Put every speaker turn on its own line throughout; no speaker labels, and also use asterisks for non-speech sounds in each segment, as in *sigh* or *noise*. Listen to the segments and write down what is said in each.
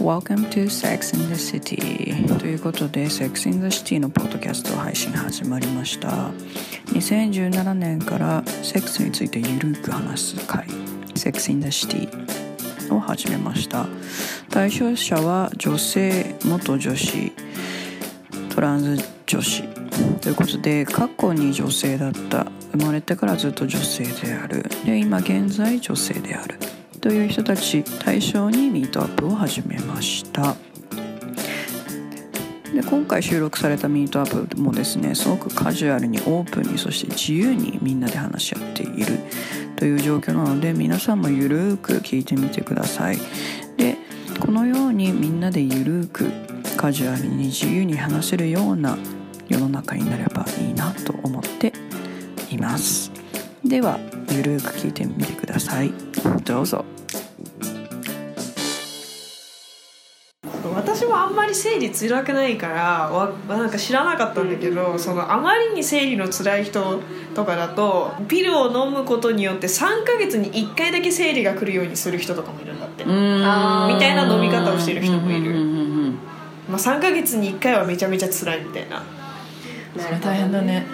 Welcome to Sex in the City ということで Sex in the City のポッドキャスト配信始まりました2017年からセックスについてゆるく話す会 Sex in the City を始めました対象者は女性元女子トランス女子ということで過去に女性だった生まれてからずっと女性であるで今現在女性であるという人たち対象にミートアップを始めましたで今回収録されたミートアップもですねすごくカジュアルにオープンにそして自由にみんなで話し合っているという状況なので皆さんもゆるーく聞いてみてくださいでこのようにみんなでゆるーくカジュアルに自由に話せるような世の中になればいいなと思っていますではゆるーく聞いてみてくださいどうぞ
私もあんまり生理辛くないからわなんか知らなかったんだけど、そのあまりに生理の辛い人とかだとピルを飲むことによって3ヶ月に1回だけ生理が来るようにする人とかもいるんだって、
あー
みたいな飲み方をしてる人もいる
うんうんうんうん
まあ、3ヶ月に1回はめちゃめちゃ辛いみたいな、
それ大変だね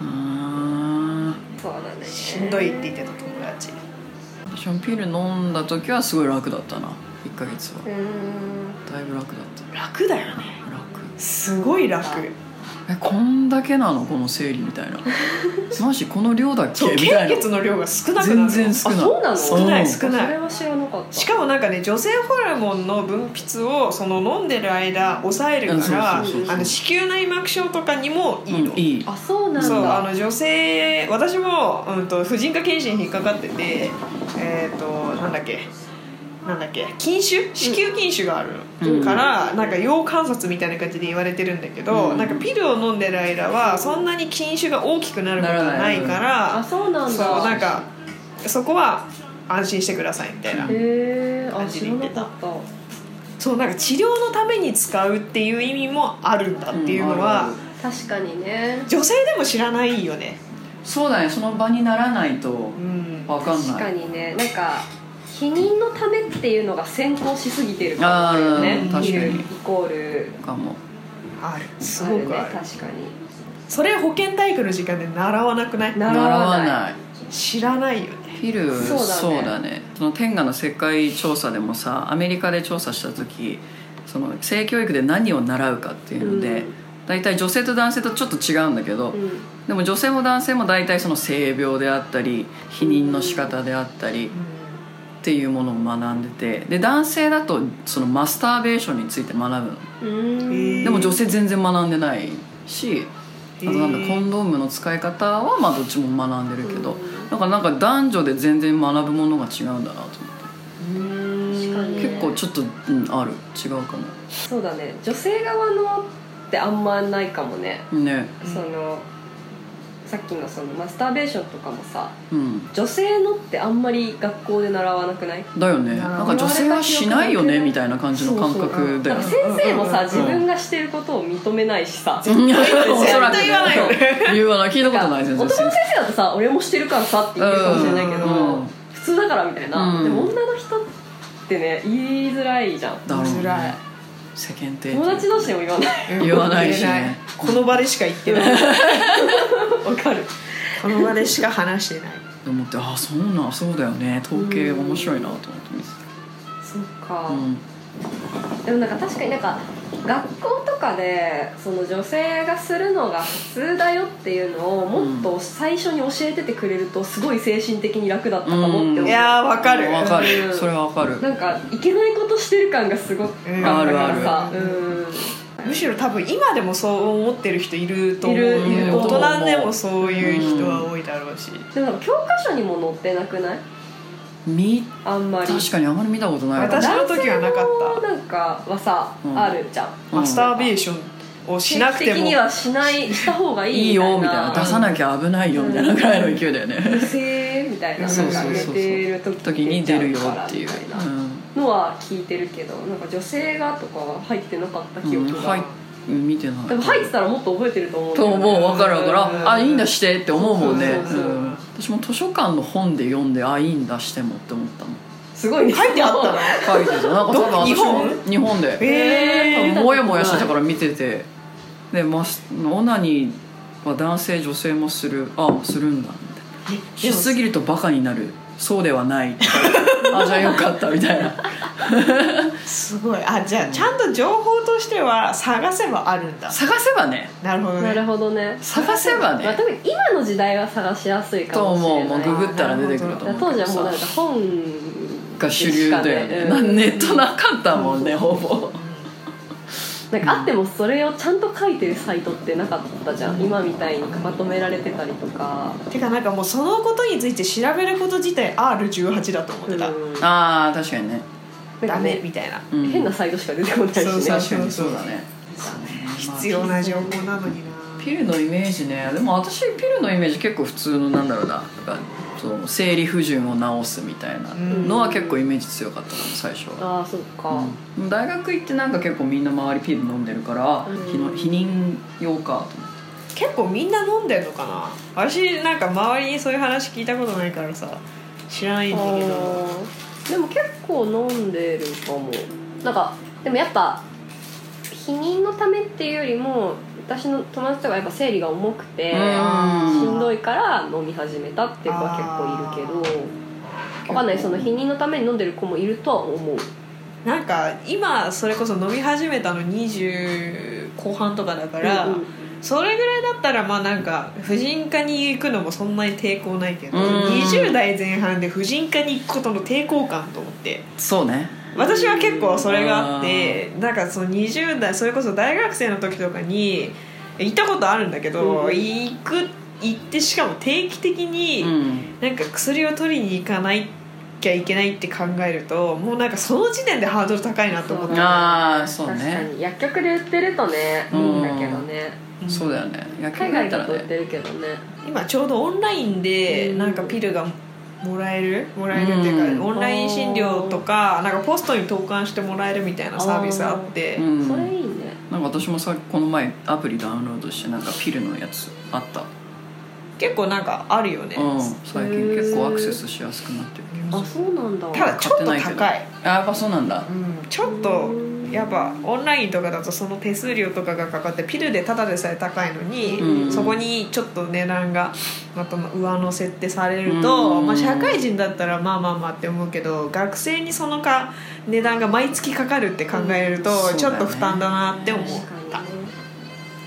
うーん
そうだね
しんどいって言ってた友達
シャンピール飲んだ時はすごい楽だったな1ヶ月は
うーん
だいぶ楽だっ
楽だよね
た楽
すごい楽
えこんだけなのこの生理みたいなマジこの量だっけ
そう
み
経
たいな
血の量が少なくなる
全然少ない
あそうなの
少ない少
そ
ない
れは知らなかった
しかもなんかね女性ホルモンの分泌をその飲んでる間抑えるから
うん
あ
そうそうそうそう
の子宮内膜症とかにもいいの、
うんいい
あそうなんだ
そうあの女性私も、うん、と婦人科検診引っかかっててえっ、となんだっけなんだっけ禁酒子宮禁酒があるの、
うん
からなんか要観察みたいな感じで言われてるんだけど、
うん
なんかピルを飲んでる間はそんなに禁酒が大きくなることはないか
なら
ら
あそうなんだ
そうなんかそこは安心してくださいみたいな
へえあ
感じ
知
で
ら
言って
な
た
かった
そうなんか治療のために使うっていう意味もあるんだっていうのは、
うんある
確かにね
女性でも知らないよね
そうだねその場にならないと
うん
分かん
確
な
か
い
にねなんか避妊のためっていうのが先行しすぎてるかも
あー
よね
確かに
ピルイコール
かも
あるすごくある
あるね確かに
それ保健体育の時間で習わなくない
な
習
習わ
わ
ない
ない
知らないよね
ピル
そうだね
そうだねその天下の世界調査でもさアメリカで調査した時その性教育で何を習うかっていうので、
うん
大体女性と男性とちょっと違うんだけど、
うん
でも女性も男性も大体その性病であったり避妊の仕方であったり、っていうものを学んでてで男性だとそのマスターベーションについて学ぶの
うーん
でも女性全然学んでないしあとなん
へ
だ
ー
コンドームの使い方はまあどっちも学んでるけど
うん
だからなんか男女で全然学ぶものが違うんだなと思って
確かにね
結構ちょっと、うん、ある違うかも
そうだね女性側のってあんまないかもね
ね
うん
そのさっきのそのマスターベーションとかもさ
うん
女性のってあんまり学校で習わなくない
だよね
なあ
なんか女性はしないよねみたいな感じの感覚だ
な
よ
んか
ね
先生もさ
うん
自分がしてることを認めないしさ
うん *laughs* おそらく
絶対言わないよね
言わない聞いたこと
な
ない
んか
全然
男の先生だとさ俺もしてるからさって言ってるかもしれないけど、
うん
普通だからみたいな、
うん
でも女の人ってね言いづらいじゃん
だろう
辛い
ね世間体
友達同士でも言わない *laughs*
言わないしね
言えこの場でしか言ってない
わかる
この場でしか話してない
と思ってああそうなんそうだよね統計面白いなと思って見て
そっか、
たうん
でもなんか確かになんか学校とかでその女性がするのが普通だよっていうのをもっと最初に教えててくれるとすごい精神的に楽だったかもって思う、
うん
いやーわかる
わか
う
る
ん
それはわかる
なんかいけないことしてる感がすごく
うん
あったから
あ
さ
るある
うん
むしろ多分今でもそう思ってる人いると思う
いるいる
大人でもそういう人は多いだろうし、
でもなんか教科書にも載ってなくない
み
あんまり
確かにあまり見たことないかも
私の時はなかった
男性のなんかはさ、
うん
あるじゃん
うん
マスターベーションをしなくて
定期的
も
にはしないした方がいい
いいよみたいな出さなきゃ危ないよみたいなぐらいの勢いだよね
せーみたいな
そう
なん
そう
か
そう
寝
そう
てる時
時に出るよっていう
出ちゃうからみた
う
いなんのは聞いてるけどなんか女性がとかは入ってなかった記憶が、
うん入っうん見てない
でも入ってたらもっと覚えてると思う
と思うわかるわか
う
ら
ん
あいいんだしてって思うもんね
そうそうそう
うん私も図書館の本で読んであいいんだしてもって思ったの
すごいね
書いてあった
書
の
いてたなんか多分
ど
私
日本
日本で
え
え
ー、
もやもやしてたから見ててでまあオナニーは男性女性もするあするんだみたいなしすぎるとバカになるそうではない
*laughs*
あじゃあよかったみたいな
すごいあじゃあちゃんと情報としては探せばあるんだ
探せばね
なるほど
な
ね
るほどね
探せばね
まあ、特に今の時代は探しやすいか
と
もしれ
思
な
う
い
もうググったら出てくると
だから
思
当
うけ
時は
ど
もうなんか
さ
本
が主流だよね
でし
な
かうん
ネットなかったもんねほぼ
*laughs* なんかあってもそれをちゃんと書いてるサイトってなかったじゃん今みたいにまとめられてたりとか
てかなんかもうそのことについて調べること自体 R18 だと思ってた、
うん
ああ確かにね、
ダメ
なんかね
みたいな
うん、
変なサイトしか出てこないしね
そうそう
確かにそうだね
必要な情報なのにな
ピルのイメージねでも私ピルのイメージ結構普通のなんだろうななんかその生理不順を治すみたいな
うん
のは結構イメージ強かったかも最初は、
ああそっか、
うん大学行ってなんか結構みんな周りピル飲んでるから、
うん
避の避妊用か
結構みんな飲んでんのかな私なんか周りにそういう話聞いたことないからさ知らないんだけど
あーでも結構飲んでるかもなんかでもやっぱ避妊のためっていうよりも私の友達とかやっぱ生理が重くて
うん
しんどいから飲み始めたっていう子は結構いるけどわかんないその避妊のために飲んでる子もいるとは思う
なんか今それこそ飲み始めたの20後半とかだから、
うんうん
それぐらいだったらまあなんか婦人科に行くのもそんなに抵抗ないけど、
うん
20代前半で婦人科に行くことの抵抗感と思って
そうね
私は結構それがあってなんかその20代それこそ大学生の時とかに行ったことあるんだけど、
うん
行く行ってしかも定期的に、
うん
なんか薬を取りに行かないきゃいけないって考えるともうなんかその時点でハードル高いなと思って
そう
ああそう
確か
ね
に薬局で売ってるとねい
うん
いんだけどね
そうだよね薬局だっ
海外
たら
だと売っ
ね
てるけどね
今ちょうどオンラインで
うん
なんかピルがもらえるもらえるっていうか、
うん
オンライン診療とかなんかポストに投函してもらえるみたいなサービスあって
う
それ
ん
いいね
なんか私もさこの前アプリダウンロードしてなんかピルのやつあった
結構なんかあるよね、
うん、最近結構アクセスしやすくなってる気
あ
がす
そうなんだ
ただちょっと
買って
高
ないるあやっぱそうなんだ
うんちょっとやっぱオンラインとかだとその手数料とかがかかってピルでただでさえ高いのに、
うん
そこにちょっと値段がまた上乗せってされると、
うん
まあ、社会人だったらまあまあまあって思うけど学生にそのか値段が毎月かかるって考えると
うんそうだよね
ちょっと負担だなって思っ
確
た、
かにね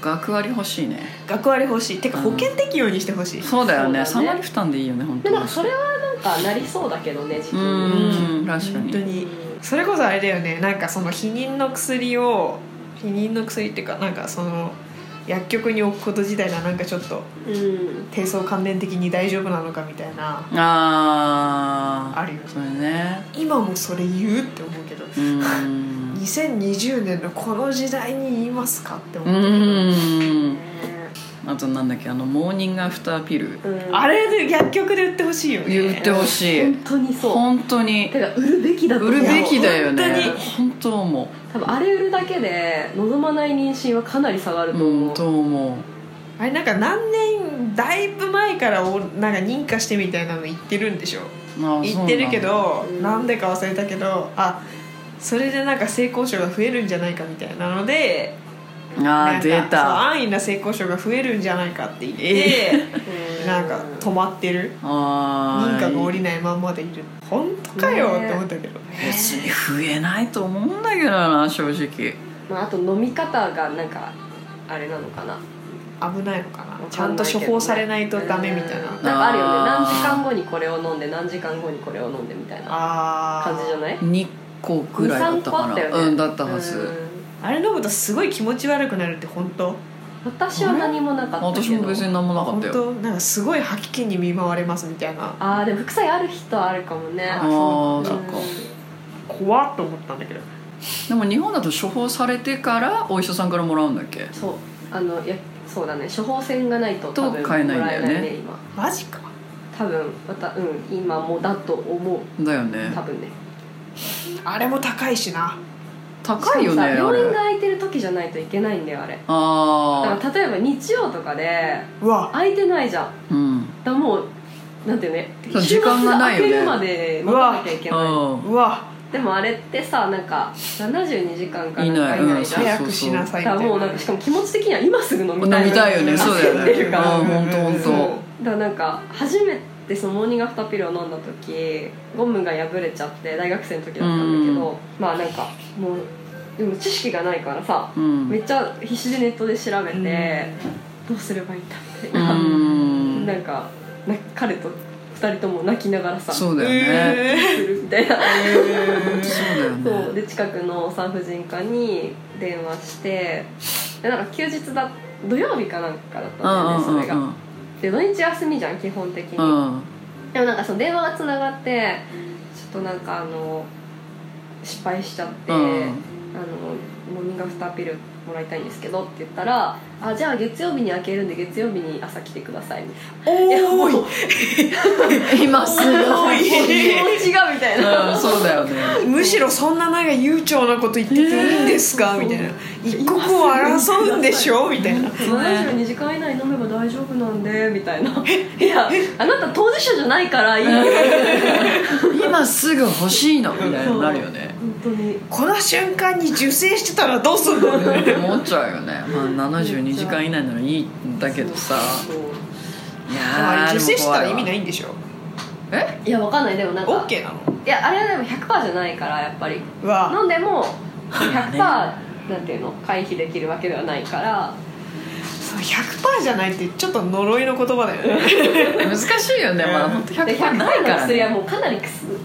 学割欲しいね
学割欲しいてか保険適用にしてほしい、
そうだよね
そう
3
だね
割負担でいいよね本
で
当
もそれはなんかなりそうだけどね自
う
分に
ん確か
本当
に
にそれこそあれだよねなんかその避妊の薬を避妊の薬っていうかなんかその薬局に置くこと自体がなんかちょっと
うん
低層関連的に大丈夫なのかみたいな
ああ
あるよ
それね
今もそれ言うって思うけど
うーん
2020年のこの時代に言いますかって
う
思う、
ーん
ね
あとなんだっけあのモーニングアフターピル
うん
あれで薬局で売ってほしいよね
言ってほしい
本当にそう
本当に
てか売るべきだと
売
思う
るべきだよね
本
本当思
多分あれ売るだけで望まない妊娠はかなり下がる
う
と思
本
う
当思
あれなんか何年だいぶ前からおなんか認可してみたいなの言ってるんでしょ
うああ
言ってるけど
そうなんだ
なんでか忘れたけどあそれでなんか性交渉が増えるんじゃないかみたいなので
そうなんだああ
なんか
出
そう
たあ
安易な性交渉が増えるんじゃないかって言って、
うん
なんか止まってる
あ
認可が下りないまんまでいる本当かよって思ったけど、
別に増えないと思うんだけどな正直
まああと飲み方がなんかあれなのかな
危ないのかな
わ
ちゃ
か
ん
ん
と
ないけどね
処方されないとダメみたいな、
うんなんかあるよね
あー
何時間後にこれを飲んで何時間後にこれを飲んでみたいな
あー
感じじゃない
2個ぐらいだったか
23個あ
な
ったよね
うんだったはず、
うん
あれ飲むとすごい気持ち悪くなるって本当
私は何もなかった
私
け
も別
ど
に何もなかっ
本
たよ
当なんかすごい吐き気に見舞われますみたいな
あーでも副作用ある人はあるかもね
あ
う
ー
ん
そっか
怖っと思ったんだけど
でも日本だと処方されてからお医者さんからもらうんだっけ
そうあのいやそうだね処方箋がないと多分
と買えないんだよね
もらえない今
マジか
多分またうん今もだと思う
だよね
多分ね
あれも高いしな
高いよね
しかも
あ
さ
れ
病院が空いてる時じゃないといけないんだよあれだ
あ
から例えば日曜とかで
うわ
空いてないじゃんだか
あうん
らもうなんていうね
そう時間がないよね
週末明けるまで待たなきゃいけな
うわ
いでもあれってさなんか72時間か
い
なん
な
か
い
以
うん
内
そうそ
じ
う
早くしなさい
ゃんだからもうなんかしかも気持ち的には今すぐ飲みたい
飲みたいよねそうだよね
焦ってるから
うん本当本当
そうだからなんか初めてそのモーニングアフターピルを飲んだ時ゴムが破れちゃって大学生の時だったんだけど、まあなんかもうでも知識がないからさ
うん
めっちゃ必死でネットで調べて、どうすればいいんだみたいな、
うん
なんかな彼と2人とも泣きながらさ
そうだよね、
え
するみたいな、
そ
ー
うだよね
そうで近くの産婦人科に電話してでなんか休日だ土曜日かなんかだっ
うん
たんだよねそれ
う
が
ん
で土日休みじゃん基本的に、
うんうん
でもなんかその電話がつながってちょっとなんかあの失敗しちゃって、
うん
あのモーニングアフターピルもらいたいんですけどって言ったら「あじゃあ月曜日に開けるんで月曜日に朝来てく
*laughs*
ださい」みたいな
お
いやも
ー
う
今す
お
ご
ー
い
い
*laughs* 気持ちがみたいな
うんそうだよね
いむしろそんななんか悠長なこと言ってていいんですか
えー
みたいな
そう
一刻を争うんでしょみたいな
72時間以内に飲めば大丈夫なんでみたいな「いやあなた当事者じゃないからいいよ」
今すぐ欲しいのみたいになるよね
本当に
この瞬間に受精してたらどうすんのみたいな
思っちゃうよね、まあ、72時間以内ならいいんだけどさ
そう
い
あ
やー
れ受精してたら
で
意
も怖いわ
味ないんでしょ
え
いやわかんないでもなんか、
OK なの
いやあれはでも100%じゃないからやっぱり
うわ
飲んでも100%なんていうの回避できるわけではないから
そう100%じゃないってちょっと呪いの言葉だよね
難しいよねまだ本当
で
100%ないか
100%の
ら、
薬は
ね、
もうかなりくすく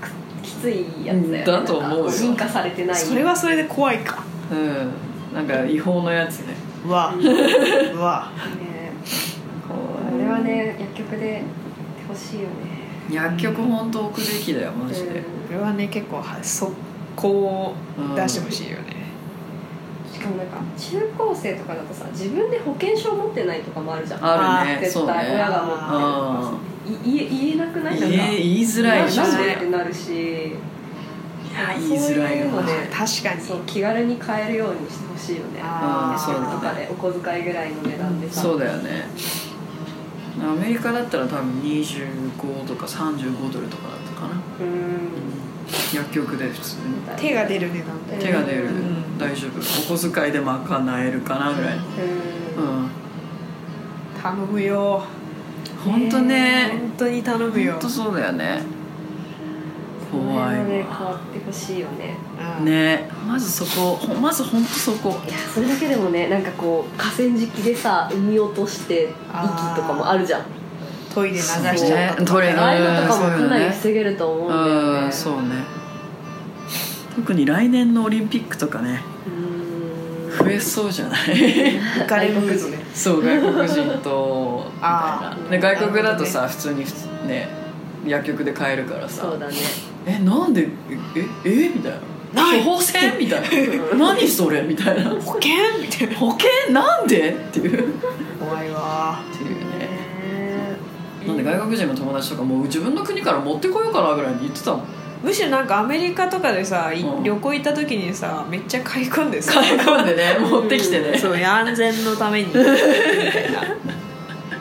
きついやつだよ、ね、
だと思うよ
なんか認可されてない
それはそれで怖いか
うんなんか違法のやつね
うわうわ
ね
怖
あれはね薬局でやってほしいよね
い薬局本当置くべきだよマジで、
これはね結構は速攻を出してほしいよね
うんしかもなんか中高生とかだとさ自分で保険証持ってないとかもあるじゃん
あるね
絶
そう
対
ね
親が持ってるとかさい言え言えなくない
言
な
え
んか
言いづらいし
な
ね
んでってなるし
や言いづらいよ
そううのね
確かに
そう気軽に買えるようにしてほしいよね
あ
ーそうだね
とかでお小遣いぐらいの値段でさ
そうだよねアメリカだったら多分25とか35ドルとかだったかな、
うーん
薬局で普通に
みたいな
手が出る値段だよ
手が出る、
うん
大丈夫お小遣いで賄えるかなぐらい、
うー
うんん、
頼むよ
本当ね
本当に頼むよ
本当そうだよね怖
これはいね変
わ
わってほしいよね
うん
ねまずそこほまず本当そこ
いやそれだけでもねなんかこう河川敷でさ産み落として息とかもあるじゃん
トイレ流し
そう
ちゃ
ね
ったと
ト
か
イレ
ね
の
ああいうのとか
そう
も
よ
かなり
ね
防げると思うんだよ
う
ね
んそうね特に来年のオリンピックとかね
うーん
増えそうじゃない
浮かれムーズね
そう外国人と *laughs* みたい
あ
なで
ー
外国だとさ普通に普通ね薬局で買えるからさ
そうだね
えなんでえええみたいな
ない
処方箋みたいな何それみたいな
保険みたいな
保険なんでっていうっ
怖いわ
ていうね
ね
なんで外国人の友達とかもう自分の国から持ってこようかなぐらいに言ってたもん
むしろなんかアメリカとかでさ、い
うん
旅行行った時にさめっちゃ買い込んでさ
買い込んでね持ってきてね
そう安全のためにみたいな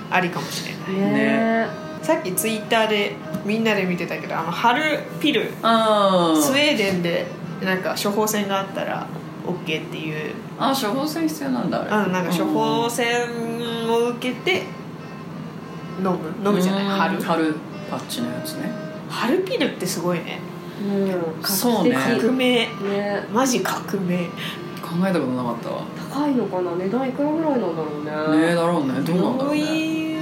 ありかもしれない
ね
さっきツイッターでみんなで見てたけどあの春ピル
あ
スウェーデンでなんか処方箋があったら OK っていう
あ処方箋必要なんだあ
あ
れ
のなんか処方箋を受けて飲む飲むじゃない
うん
春
春パッチのやつね
春ピルってすごいね
うん
そうね
画期
革命
的ね
マジ革命
考えたことなかったわ
高いのかな値段いくらぐらいなんだろうね
ねえだろうねどうなんだろ
ど
う
う
ね
いう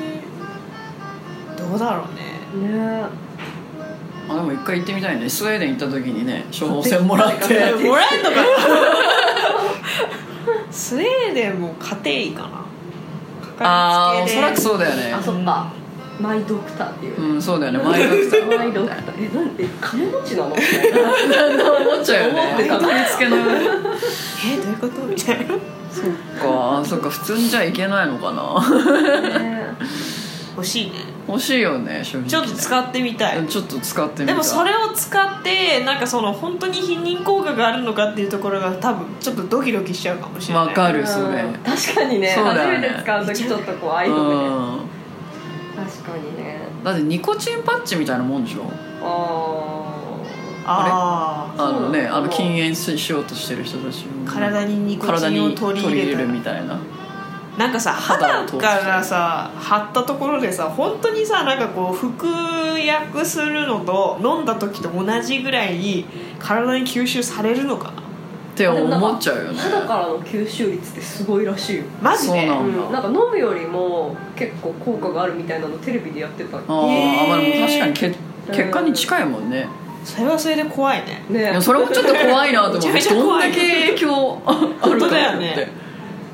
どうだろうね
*laughs*
ね
あでも一回行ってみたいねスウェーデン行った時にね処方箋もらっ
買ってて
もらえんのかなスウェーデンも家庭医かな
ああお
かかりつ
そ
けで
らくそうだよね
あそっかマイドクターっていう、
うんそうだよねマイドクター
マイドクターえなんで金持ち
*laughs*
なのみたいな
思っちゃうよ
思って
ね
た
かかりつけの
えどういうことみたいな
そう
かそっか普通にじゃあいけないのかな
ね
欲しいね
欲しいよね正直ね
ちょっと使ってみたい、
ちょっと使ってみた
でもそれを使ってなんかその本当に避妊効果があるのかっていうところが多分ちょっとドキドキしちゃうかもしれない
わか
う
る
ん
それ
確かにね
そうだよね
初めて使う時ちょっと怖いよね
う
確かにね
んだってニコチンパッチみたいなもんでしょ
あ
あ
あのね
そう
あの禁煙しようとしてる人たち
あ体にニコ
体
チンを
に
取
取
り
り
入
入れ
れた
る
ら
みたいな
なんかさ
肌を
肌
通して
からさ貼ったところでさ本当にさなんかこう服薬するのと飲んだ時と同じぐらいに体に吸収されるのかな
って思っちゃうよ
ー
ね
肌からの吸収率ってすごいらしいよ、
マジ
そう
で
な
うんん、なんか飲むよりも結構効果があるみたいなのテレビでやってた
あー、
へー
あまあでも確かにけ結果に近いもんね、
それはそれで怖いね
い
ね
やそれもちょっと怖いなと思っ
*laughs* め
て
ちゃめちゃ
どん
怖
だ
い
け影響ある
本
か
当だ
な
よ
って、
ね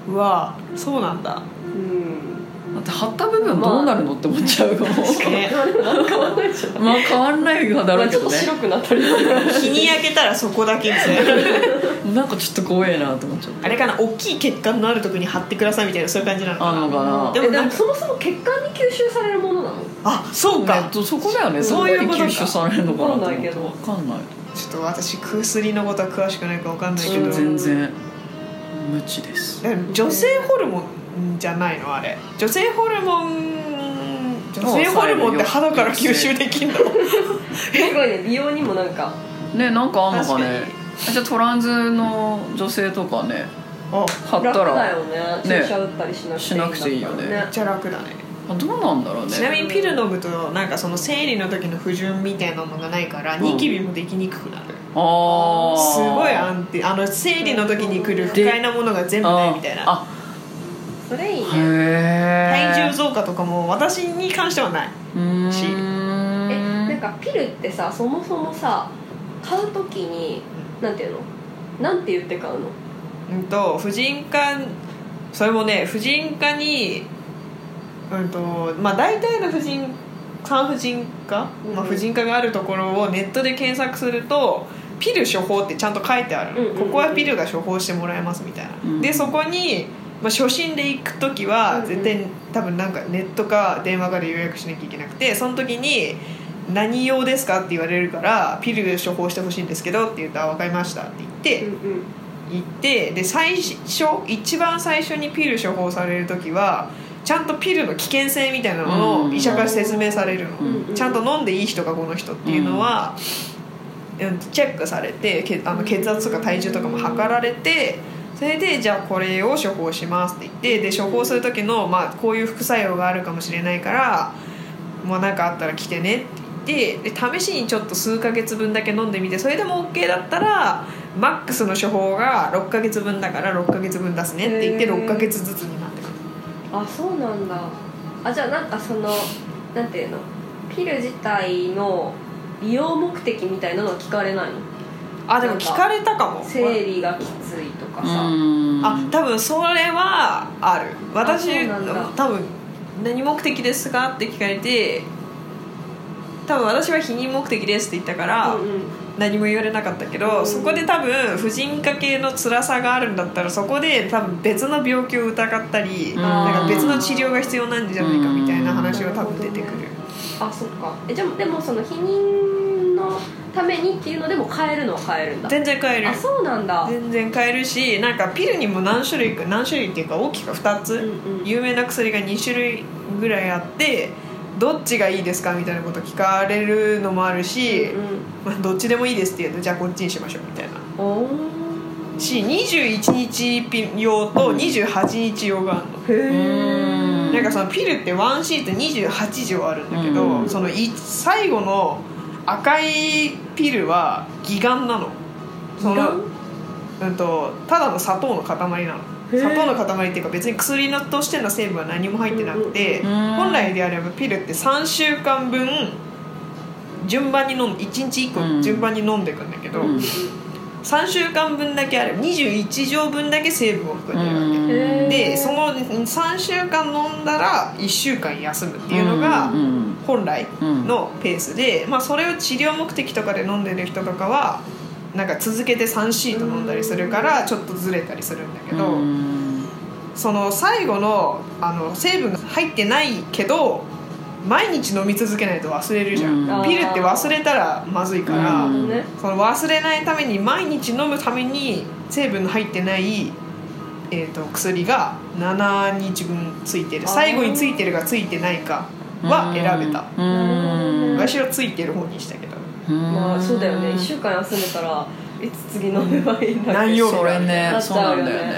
うわそうなんだ
うん
だって貼った部分どうなるのって思っち
*laughs*
ゃうかも、*laughs*
ね
変わんないじゃん
まあ変わんないだろうけ
ちょっ
ど
と
ね
白くなったりとか
日に焼けたらそこだけみたいな
なんかちょっと怖えなと思っちゃう
あれかな大きい血管のあるとこに貼ってくださいみたいなそういう感じなのか
あ
な
のかな
で
で
も
も
なんか
そもそも血管に吸収されるものなの
あそうか、
ねとそこだよねそ
そ
こ
う
に
いうことか
吸収されるのかなと思っ
わかんない
て
けど
わかんない
ちょっと私薬のことは詳しくないからわかんないけ
私
ど
も全然無知です
え女性ホルモンじゃないのあれ女性ホルモン女性ホルモンって肌から吸収できんの
すごいね美容にもなんか
ねなんかあんのかね
確
じゃあトランスの女性とかね
あ
貼っ
楽
た
だ
ら
よね
ね
注射打ったりしなくていいんだ
しな
ったら
くていいよね
めっちゃ楽だね
あどうなんだろう
ちな
ね
みにピル飲むとなんかその生理の時の不順みたいなのがないからニキビもできにくくなる、
あー
すごい安定あの生理の時に来る不快なものが全部ないみたいな
あ
それいい
へ
ね
え
体重増加とかも私に関してはないし
えなん
え
かピルってさそもそもさ買う時になんていうのなんて言って買うの
うんと婦人科それもね婦人科にうんとまあ大体の婦人産婦人科、
うん
まあ、婦人科があるところをネットで検索するとピル処方ってちゃんと書いてある、
うんうんう
こ
ん
こはピルが処方してもらえますみたいな、
うん
でそこに、まあ、初心で行く時
うん
は
うん
絶対多分なんかネットか電話かで予約しなきゃいけなくてその時に「何用ですか?」って言われるから「ピル処方してほしいんですけど」って言うとあ「分かりました」って言って、
うん
行ってで最初一番最初にピル処方される時はちゃんとピルの危険性みたいなの
う
を
ん
医者から説明されるの、
うん
ちゃんと飲んでいい人かこの人っていうのは、うんチェックされてけあの血圧とか体重とかも測られてそれでじゃあこれを処方しますって言ってで処方する時の、まあ、こういう副作用があるかもしれないからもうなんかあったら来てねって言ってで試しにちょっと数ヶ月分だけ飲んでみてそれでも OK だったらマックスの処方が6ヶ月分だから6ヶ月分出すねって言って
へー
6ヶ月ずつになってくる
あそうなんだあじゃあなんかそのなんていうのピル自体の利用目的みたいなのは聞かれないの
あでも聞かれたかも
生理がきついとかさ
あ多分それはある私
あそうなんだ
多分何目的ですかって聞かれて多分私は避妊目的ですって言ったから、
うんうん
何も言われなかったけど、
うん
そこで多分婦人科系の辛さがあるんだったらそこで多分別の病気を疑ったり、
ん
なんか別の治療が必要なんじゃないかみたいな話が多分出てくる、
あそっかえじゃあでもその避妊のためにっていうのでも買えるのは買えるんだ
全然買える
あそうなんだ
全然買えるしなんかピルにも何種類か何種類っていうか大きく2つ、
うんうん
有名な薬が2種類ぐらいあってどっちがいいですかみたいなこと聞かれるのもあるし、
うん
まあ、どっちでもいいですって言うとじゃあこっちにしましょうみたいな
おー
し21日ピ用と28日用があるの、
う
へ
ん
なんかそのピルってワンシート28錠あるんだけど、
うん
そのい最後の赤いピルは義眼なのそのうん、とただの砂糖の塊なの
へー
砂糖の塊っていうか別に薬のとしての成分は何も入ってなくて、
うんうんうん
本来であればピルって3週間分順番に飲ん1日1
うん
個順番に飲んでいくんだけど、
うん
3週間分だけあれば21錠分だけ成分を含んでるわけ、
へー
でその3週間飲んだら1週間休むっていうのが本来のペースで、まあ、それを治療目的とかで飲んでる人とかはなんか続けて3シート飲んだりするからちょっとずれたりするんだけど、その最後のあの成分が入ってないけど毎日飲み続けないと忘れるじゃん、
うん
ピルって忘れたらまずいから、
うん
ね
その忘れないために毎日飲むために成分の入ってない、えー、と薬が7日分ついてる最後についてるかついてないかは選べた、
うん
私はついてる方にしたけど
まあそうだよね1週間休んでたらいつ次飲めばいいんだっけ
何曜日
それね
なっち
そうなん
ゃうよね
だよね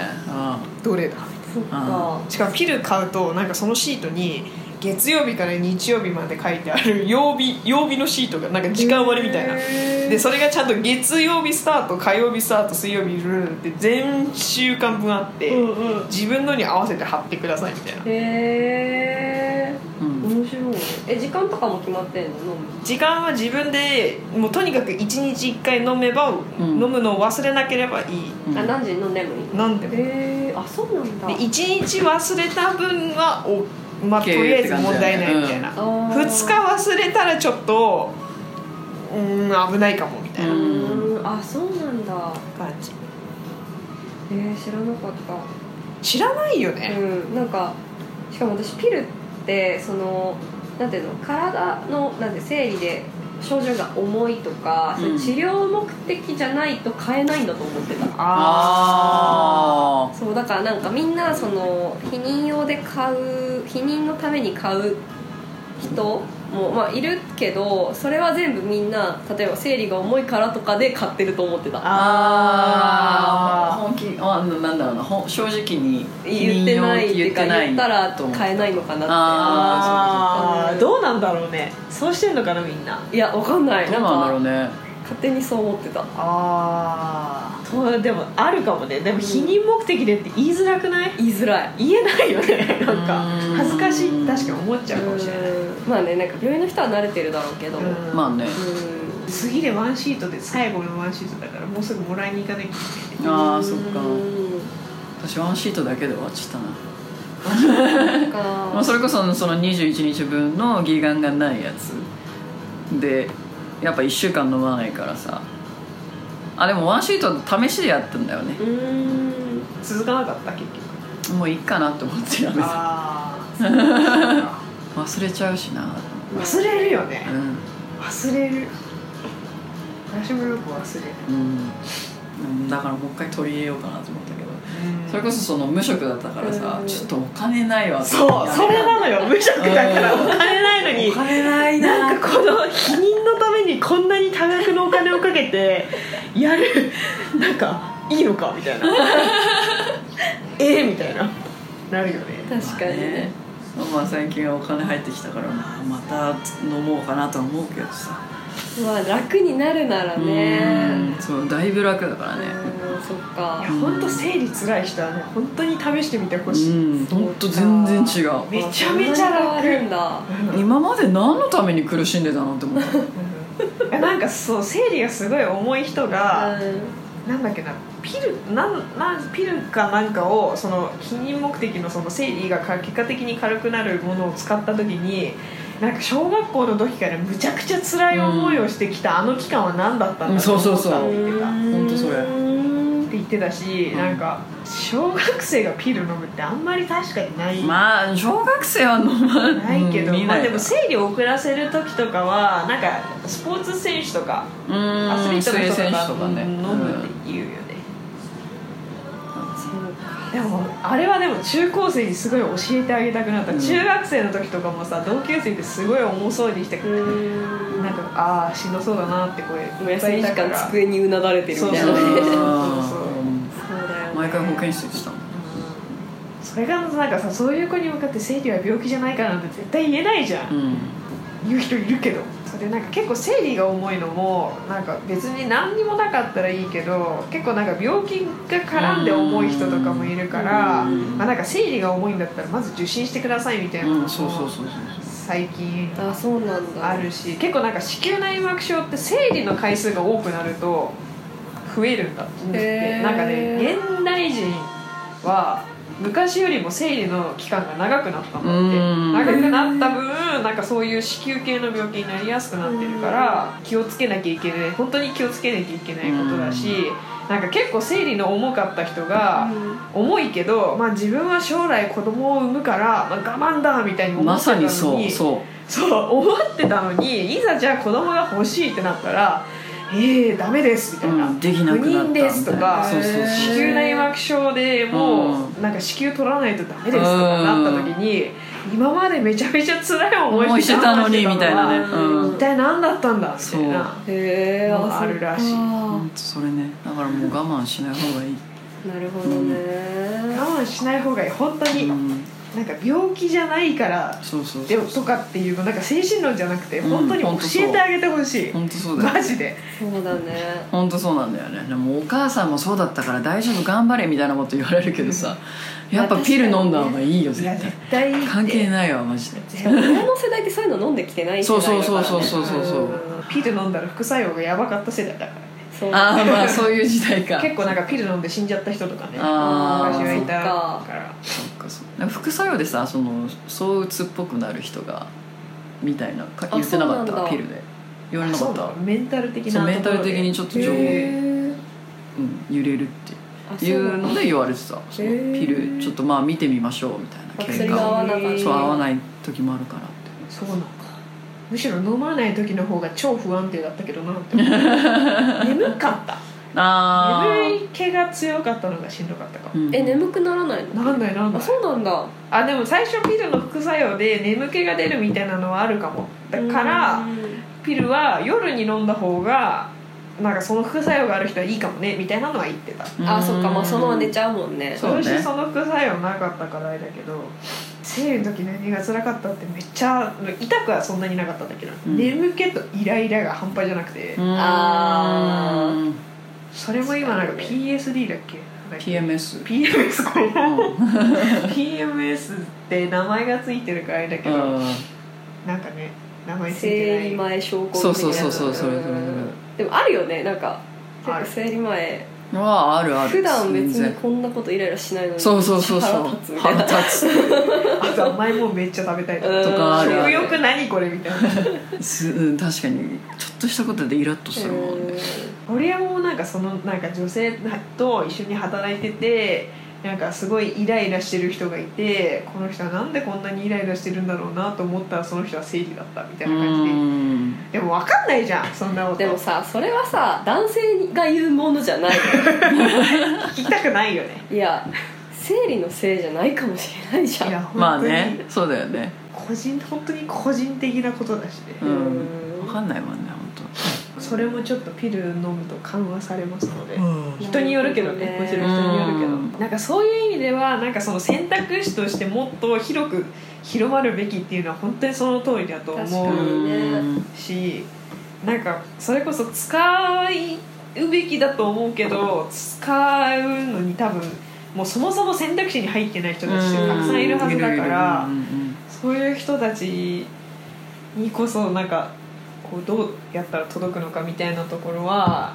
どれだ
そっか
しかもピル買うとなんかそのシートに月曜日から日曜日まで書いてある曜日曜日のシートがなんか時間割みたいなで
で
それがちゃんと月曜日スタート火曜日スタート水曜日ルールって全週間分あって、
うんうん
自分のに合わせて貼ってくださいみたいな
へえ
うんうん
面白いねえ時間とかも決まってんの飲む
時間は自分でもうとにかく1日1回飲めば、
ん
飲むのを忘れなければいい
うん
あ何時に飲んでもいい
なんでも
へえあそうなんだ
で1日忘れた分はお、まあ、と
OK
りあえず問題ないみたいな、
って
感じだよねうん
2日忘れたらちょっとうーん危ないかもみたいな
う
うんーんあそうなんだ
感じ、
えー、知らなかった
知らないよね、
うんなんかしかも私ピルってそのなんていうの体のなんて生理で症状が重いとか、そういう治療目的じゃないと買えないんだと思ってた
あ
そうだからなんかみんなその避妊用で買う避妊のために買う人もまあいるけどそれは全部みんな例えば生理が重いからとかで買ってると思ってた
あ
あ
本気あなんだろうなほん正直に
言ってないってい
言
う
って
か
ない
言ったら
と思う
買えないのかなっ
あ
う
ー
ん
どうなんだろうねそうしてんのかなみんな
ていやわかんない
ど
な
うんなんだろう
か
ね
勝手にそう思ってた
ああでもあるかもねでも避妊目的でって言いづらくない
言いづらい
言えないよね
*laughs*
なんか
うん
恥ずかしい確かに思っちゃうかもしれない
うんまあねなんか病院の人は慣れてるだろうけど、うん
まあね
次でワンシートで最後のワンシートだからもうすぐもらいに行かなきゃいけない
あーそっか
うん
私ワンシートだけで終わっちゃったな
そっ
*laughs* まあ、
か
それこそその21日分の義眼がないやつでやっぱ1週間飲まないからさあでもワンシート試しでやったんだよね
うん
続かなかった結局
もういいかなと思ってやめた
あ
忘れちゃうしな
忘れるよね
うん
忘れる私もよく忘れる
うんうんだからもう一回取り入れようかなと思ったけどそれ
そ
こそその無職だったからさ
うん
ちょっとお金ないわ
そうそれなのよ無職だから
うん
お金ないのに
お金ないな
なんかこの避妊のためにこんなに多額のお金をかけてやるなんかいいのかみたいな *laughs* ええみたいななるよね
確かにね
まあねまあ最近はお金入ってきたからまあまた飲もうかなとは思うけどさ
まあ楽になるならね
うんそうだいぶ楽だからね
うんそっ
い
か
や本当生理つらい人はね本当に試してみてほしい、
うんほんと全然違う
めちゃめちゃ
あそんなに変わる
楽
んだ
今まで何のために苦しんでたのって思
*laughs*
った
うんなんかそう生理がすごい重い人が、なんだっけなピルなんなんピルかなんかをその避妊目的のその生理がか結果的に軽くなるものを使った時になんか小学校の時からむちゃくちゃ辛い思いをしてきたあの期間は何だったんだ
うんそうそうそう
思ったっていうか
ん本当それ
って言ってたし、
ん
なんか小学生がピル飲むってあんまり確かにない、
まあ小学生は飲ま
ないけど、
うん見な
まあ、
い
で
か
も
ら
生理を遅らせる時とかはなんかスポーツ選手とか
うん
アスリートの
水
人
泳選
と
手
か
とかね
飲むって言うよね、
そうか
でもあれはでも中高生にすごい教えてあげたくなった、
うん
中学生の時とかもさ同級生ってすごい重そうにして、
うん
なんかああしんどそうだなって声
もう休み時間
み
机にうなだれてるみたいな
そうそう
ね
うん
そうだよね
毎回保健室行ってたもん
それがなんかさそういう子に向かって生理は病気じゃないからなんて絶対言えないじゃん、
うん
言う人いるけどそれでなんか結構生理が重いのもなんか別に何にもなかったらいいけど結構なんか病気が絡んで重い人とかもいるから、
うん
まあ、なんか生理が重いんだったらまず受診してくださいみたいな
う
のも
んそうそうそうそう
最近
あそうなんだ
あるし結構なんか子宮内膜症って生理の回数が多くなると増えるんだって
へー
なんかね現代人は昔よりも生理の期間が長くなったんだって
うん
長くなった分なんかそういう子宮系の病気になりやすくなってるから気をつけなきゃいけない本当に気をつけなきゃいけないことだしなんか結構生理の重かった人が
うん
重いけど、まあ、自分は将来子供を産むから、まあ、我慢だみたいに思
ま
ってた
さ
のに
にそうそう
そう思ってたのにいざじゃあ子供が欲しいってなったら「えー、ダメです」みたいな「
うんできなくなったみたいな
不妊です」とか
そうそうそう
子宮内膜症でもう、なんか子宮取らないとダメです」とかなった時に、今までめちゃめちゃ辛い
思
思
い
い
してたのにみたいなね
う
うん
ん
一体何だったんだみたいな
へえ
のがあるらしい
ほんとそれねだからもう我慢しない方がいい、
なるほどね
我慢しない方がいい本当に
う
なん
ん、
か病気じゃないから
そうそう
で
そ
も
う
とかっていうのなんか精神論じゃなくて
うん
本当に教
本当そう
えてあげてほしい、
本当そうだよ
マジで
そうだね
本当そうなんだよねでもお母さんもそうだったから大丈夫頑張れみたいなこと言われるけどさやっぱピル飲んだ方がいいよ
い
絶
や
対
絶対いいって
関係ないわマジで
しかも親の世代ってそういうの飲んできてない世代だからね
そうそうそうそうそう
ピル飲んだら副作用がやばかった世代だから
そう
ああまあそういう時代か
結構なんかピル飲んで死んじゃった人とかね
あー
昔はいた
そっ
から
そっかそっかなんか副作用でさその躁うつっぽくなる人がみたいなか言ってなかっ
そうなん
た
だ
ピルで言われなか
そ
っ
う
た
な
う
のメンタル的な
そうメンタル
ところで
的にちょっと情報
へ
ん揺れるっていうので言われてたその
へえ
ピルちょっとまあ見てみましょうみたいな
ー
経
薬が合
過
わなかった
そう合わ
い
ない時もあるからって
ーそうなんかむしろ飲まない時の方が超不安定だったけどなっ
*laughs*
て眠かった
ああ
眠い気が強かったのがしんどかったかも、
うん
え眠くならないの
なんないなんな
あ
い
そうなんだ
あでも最初ピルの副作用で眠気が出るみたいなのはあるかもだから
うん
ピルは夜に飲んだ方がなんかその副作用がある人はいいかもねみたいなのは言ってた
あそっかまあそのまま寝
ゃ
ちゃうもんね
そうね
私その副作用なかったからあれだけど生理の時何が辛かったってめっちゃ痛くはそんなになかったんだけど、
うん
眠気とイライラが半端じゃなくて、
あ
それも今なんか PSD だっけなんだっけ
PMS
PMS これ
うん *laughs*
PMS って名前がついてるからあれだけど、なんかね名前ついてな
生
い
理前症候群
そうそうそうそうそれそれそれ
でもあるよねなんか結
あ
構
る
生理前
うんはあるある
普段別
全
に
然
こんなことイライラしないのに
そうそうそうそう
*laughs* 腹立つみたい
腹
な
立
あと甘いもんめっちゃ食べたいとか
うん
とかあるあ
食
る
欲何これみたいな
つすうん確かにちょっとしたことでイラッとするもんね
俺もなんかそのなんか女性と一緒に働いててなんかすごいイライラしてる人がいてこの人はなんでこんなにイライラしてるんだろうなと思ったらその人は生理だったみたいな感じで
ん
でも分かんないじゃんそんなこと
でもさそれはさ男性が言うものじゃない
*laughs*
聞きたくないよね
いや生理のせいじゃないかもしれないじゃん
いや本当に、
まあねそうだよね
個人本当に個人的なことだしね、
う
うんん
分かんないもんね
それもちょっとピル飲むと緩和されますので、
本
人によるけどねもちろん人によるけど、
うん
なんかそういう意味ではなんかその選択肢としてもっと広く広まるべきっていうのは本当にその通りだ
当
と思
確か
う
に
しなんかそれこそ使うべきだと思うけど使うのに多分もうそもそも選択肢に入ってない人たちってたくさんいるはずだから。
うんうん
そういう人たちにこそなんかこうどうやったら届くのかみたいなところは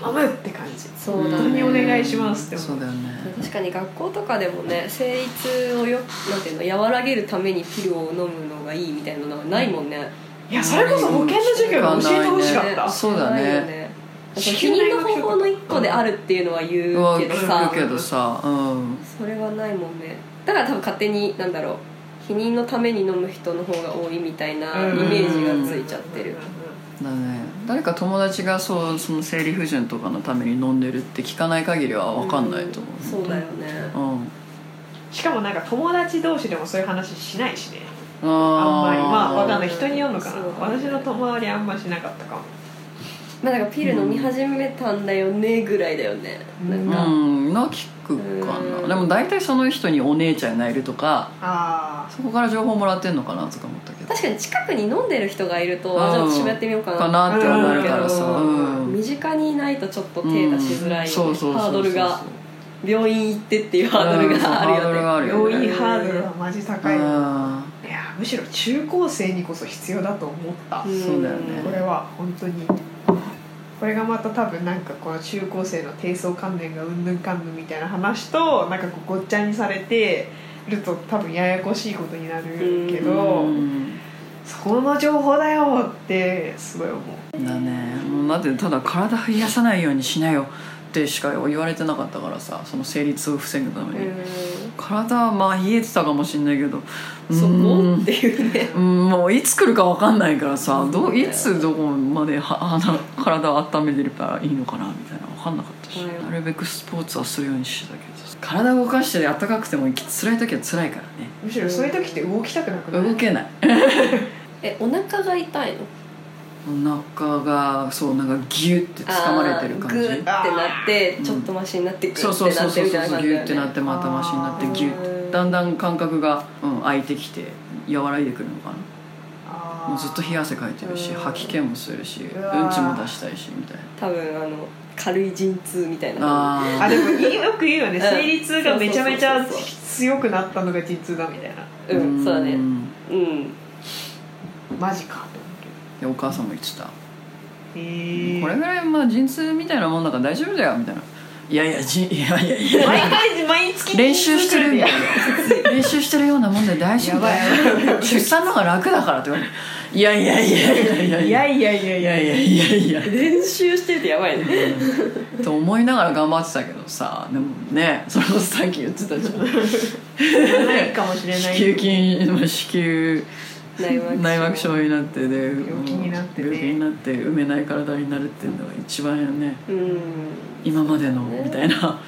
頼むって感じ
そう
うん
だ
本当
ね
にお願いしますって
そ
思
う
う
だよね
確かに学校とかでもね生理痛をよなんていうの和らげるためにピルを飲むのがいいみたいなのはないもんね、
いやそれこそ保険の授業で教えてほしかっ
あ
た、
そうだね
ないよなんか避妊の方法の一個であるっていうのは言
うわ
うけど
聞
さ
くけどさうん
それはないもんねだから多分勝手になんだろう避妊のために飲む人の方が多いみたいなイメージがついちゃってる
だね誰か友達がそうその生理不順とかのために飲んでるって聞かない限りは分かんないと思う、
そうだよね
うん
しかもなんか友達同士でもそういう話しないしね
あ
あ
ん
んまりまあわかん
い
ない人によるのかな
そう
私の友達あんましなかったかも
まあなんかピル飲み始めたんだよねぐらいだよねなん
う
か、
んな聞くかな
う
んでも大体その人にお姉ちゃんがいるとか
あ
そこから情報もらってんのかなとか思ったけど
確かに近くに飲んでる人がいると、
うん
あじゃあ私もやってみようかな
かなってはなるからさ、
う
うん
身近にいないとちょっと手出しづらい、
そうそうそうそう
ハードルが病院行ってっていうハードルがあるよ
う
ね、
んそうハードルがあ
あ
るよね
病院ハードルはマジ高いいや
あ
むしろ中高生にこそ必要だと思った、
ん
そうだよね
これは本当にこれがまた多分なんかこの中高生の低層観念がうんぬんかんぬんみたいな話となんかこうごっちゃにされてると多分ややこしいことになるけ
ー
ど
うん
そこの情報だよってすごい思う
だねもうだってただ体冷やさないようにしなよってしか言われてなかったからさその生理痛を防ぐために、体はまあ冷えてたかもしれないけど
うんそ
うん
こっていうね
うんもういつ来るか分かんないからさ
そうだ
ど
よ
ういつどこまではあの体を温めてればいいのかなみたいなの分かんなかったし、
うん
なるべくスポーツはするようにしてたけど体動かして暖かくても辛い時は辛いからね
むしろそういう時って動きたくなくな
動
る
けない
えお腹が痛いの
お腹がそうなんかギュッて掴まれてる感
あー
じ
グーってなってちょっとマシになってくるって
そ
な
うそうそう
っ
そ
て
う
み
そ
た
う
いな感じ
ギュ
だよ
ッてな
ね
ってまたマシになってギュッて
て
だんだ
ん
ん感覚が、うん、空いてきて和らいでくるのかなもうずっと冷や汗かいてるし
うん
吐き気もするしうん
うわー
ちも出したいしみたいな
多分あの軽い陣痛みたいな
あー
あでもよく言うよね
うん
生理痛がめちゃめちゃ
そうそうそうそ
強くなったのが陣痛だみたいな
うんそうだ
ん
ねうん
マジかと思
でお母さんも言ってた
うけどへえ
これぐらいまあ陣痛みたいなもんだから大丈夫だよみたいないやいやじいやいやいや
毎回毎月
練習してるみたい
や
な練習してるようなもんで大丈夫だよ出産の方が楽だからって言われていやいやいやいやいや
い
い
や
や
いやいやい
い
や
やいやいやいや
練習してるってやばいね
と思いながら頑張ってたけどさでもねそれこそさっき言ってたじゃん
ないかもしれない
子宮筋の子宮
内膜症
*laughs* 内膜症になってで
病気になってね
病気になって産めない体になるっていうのが一番やね
うん
今までの
ね
みたいな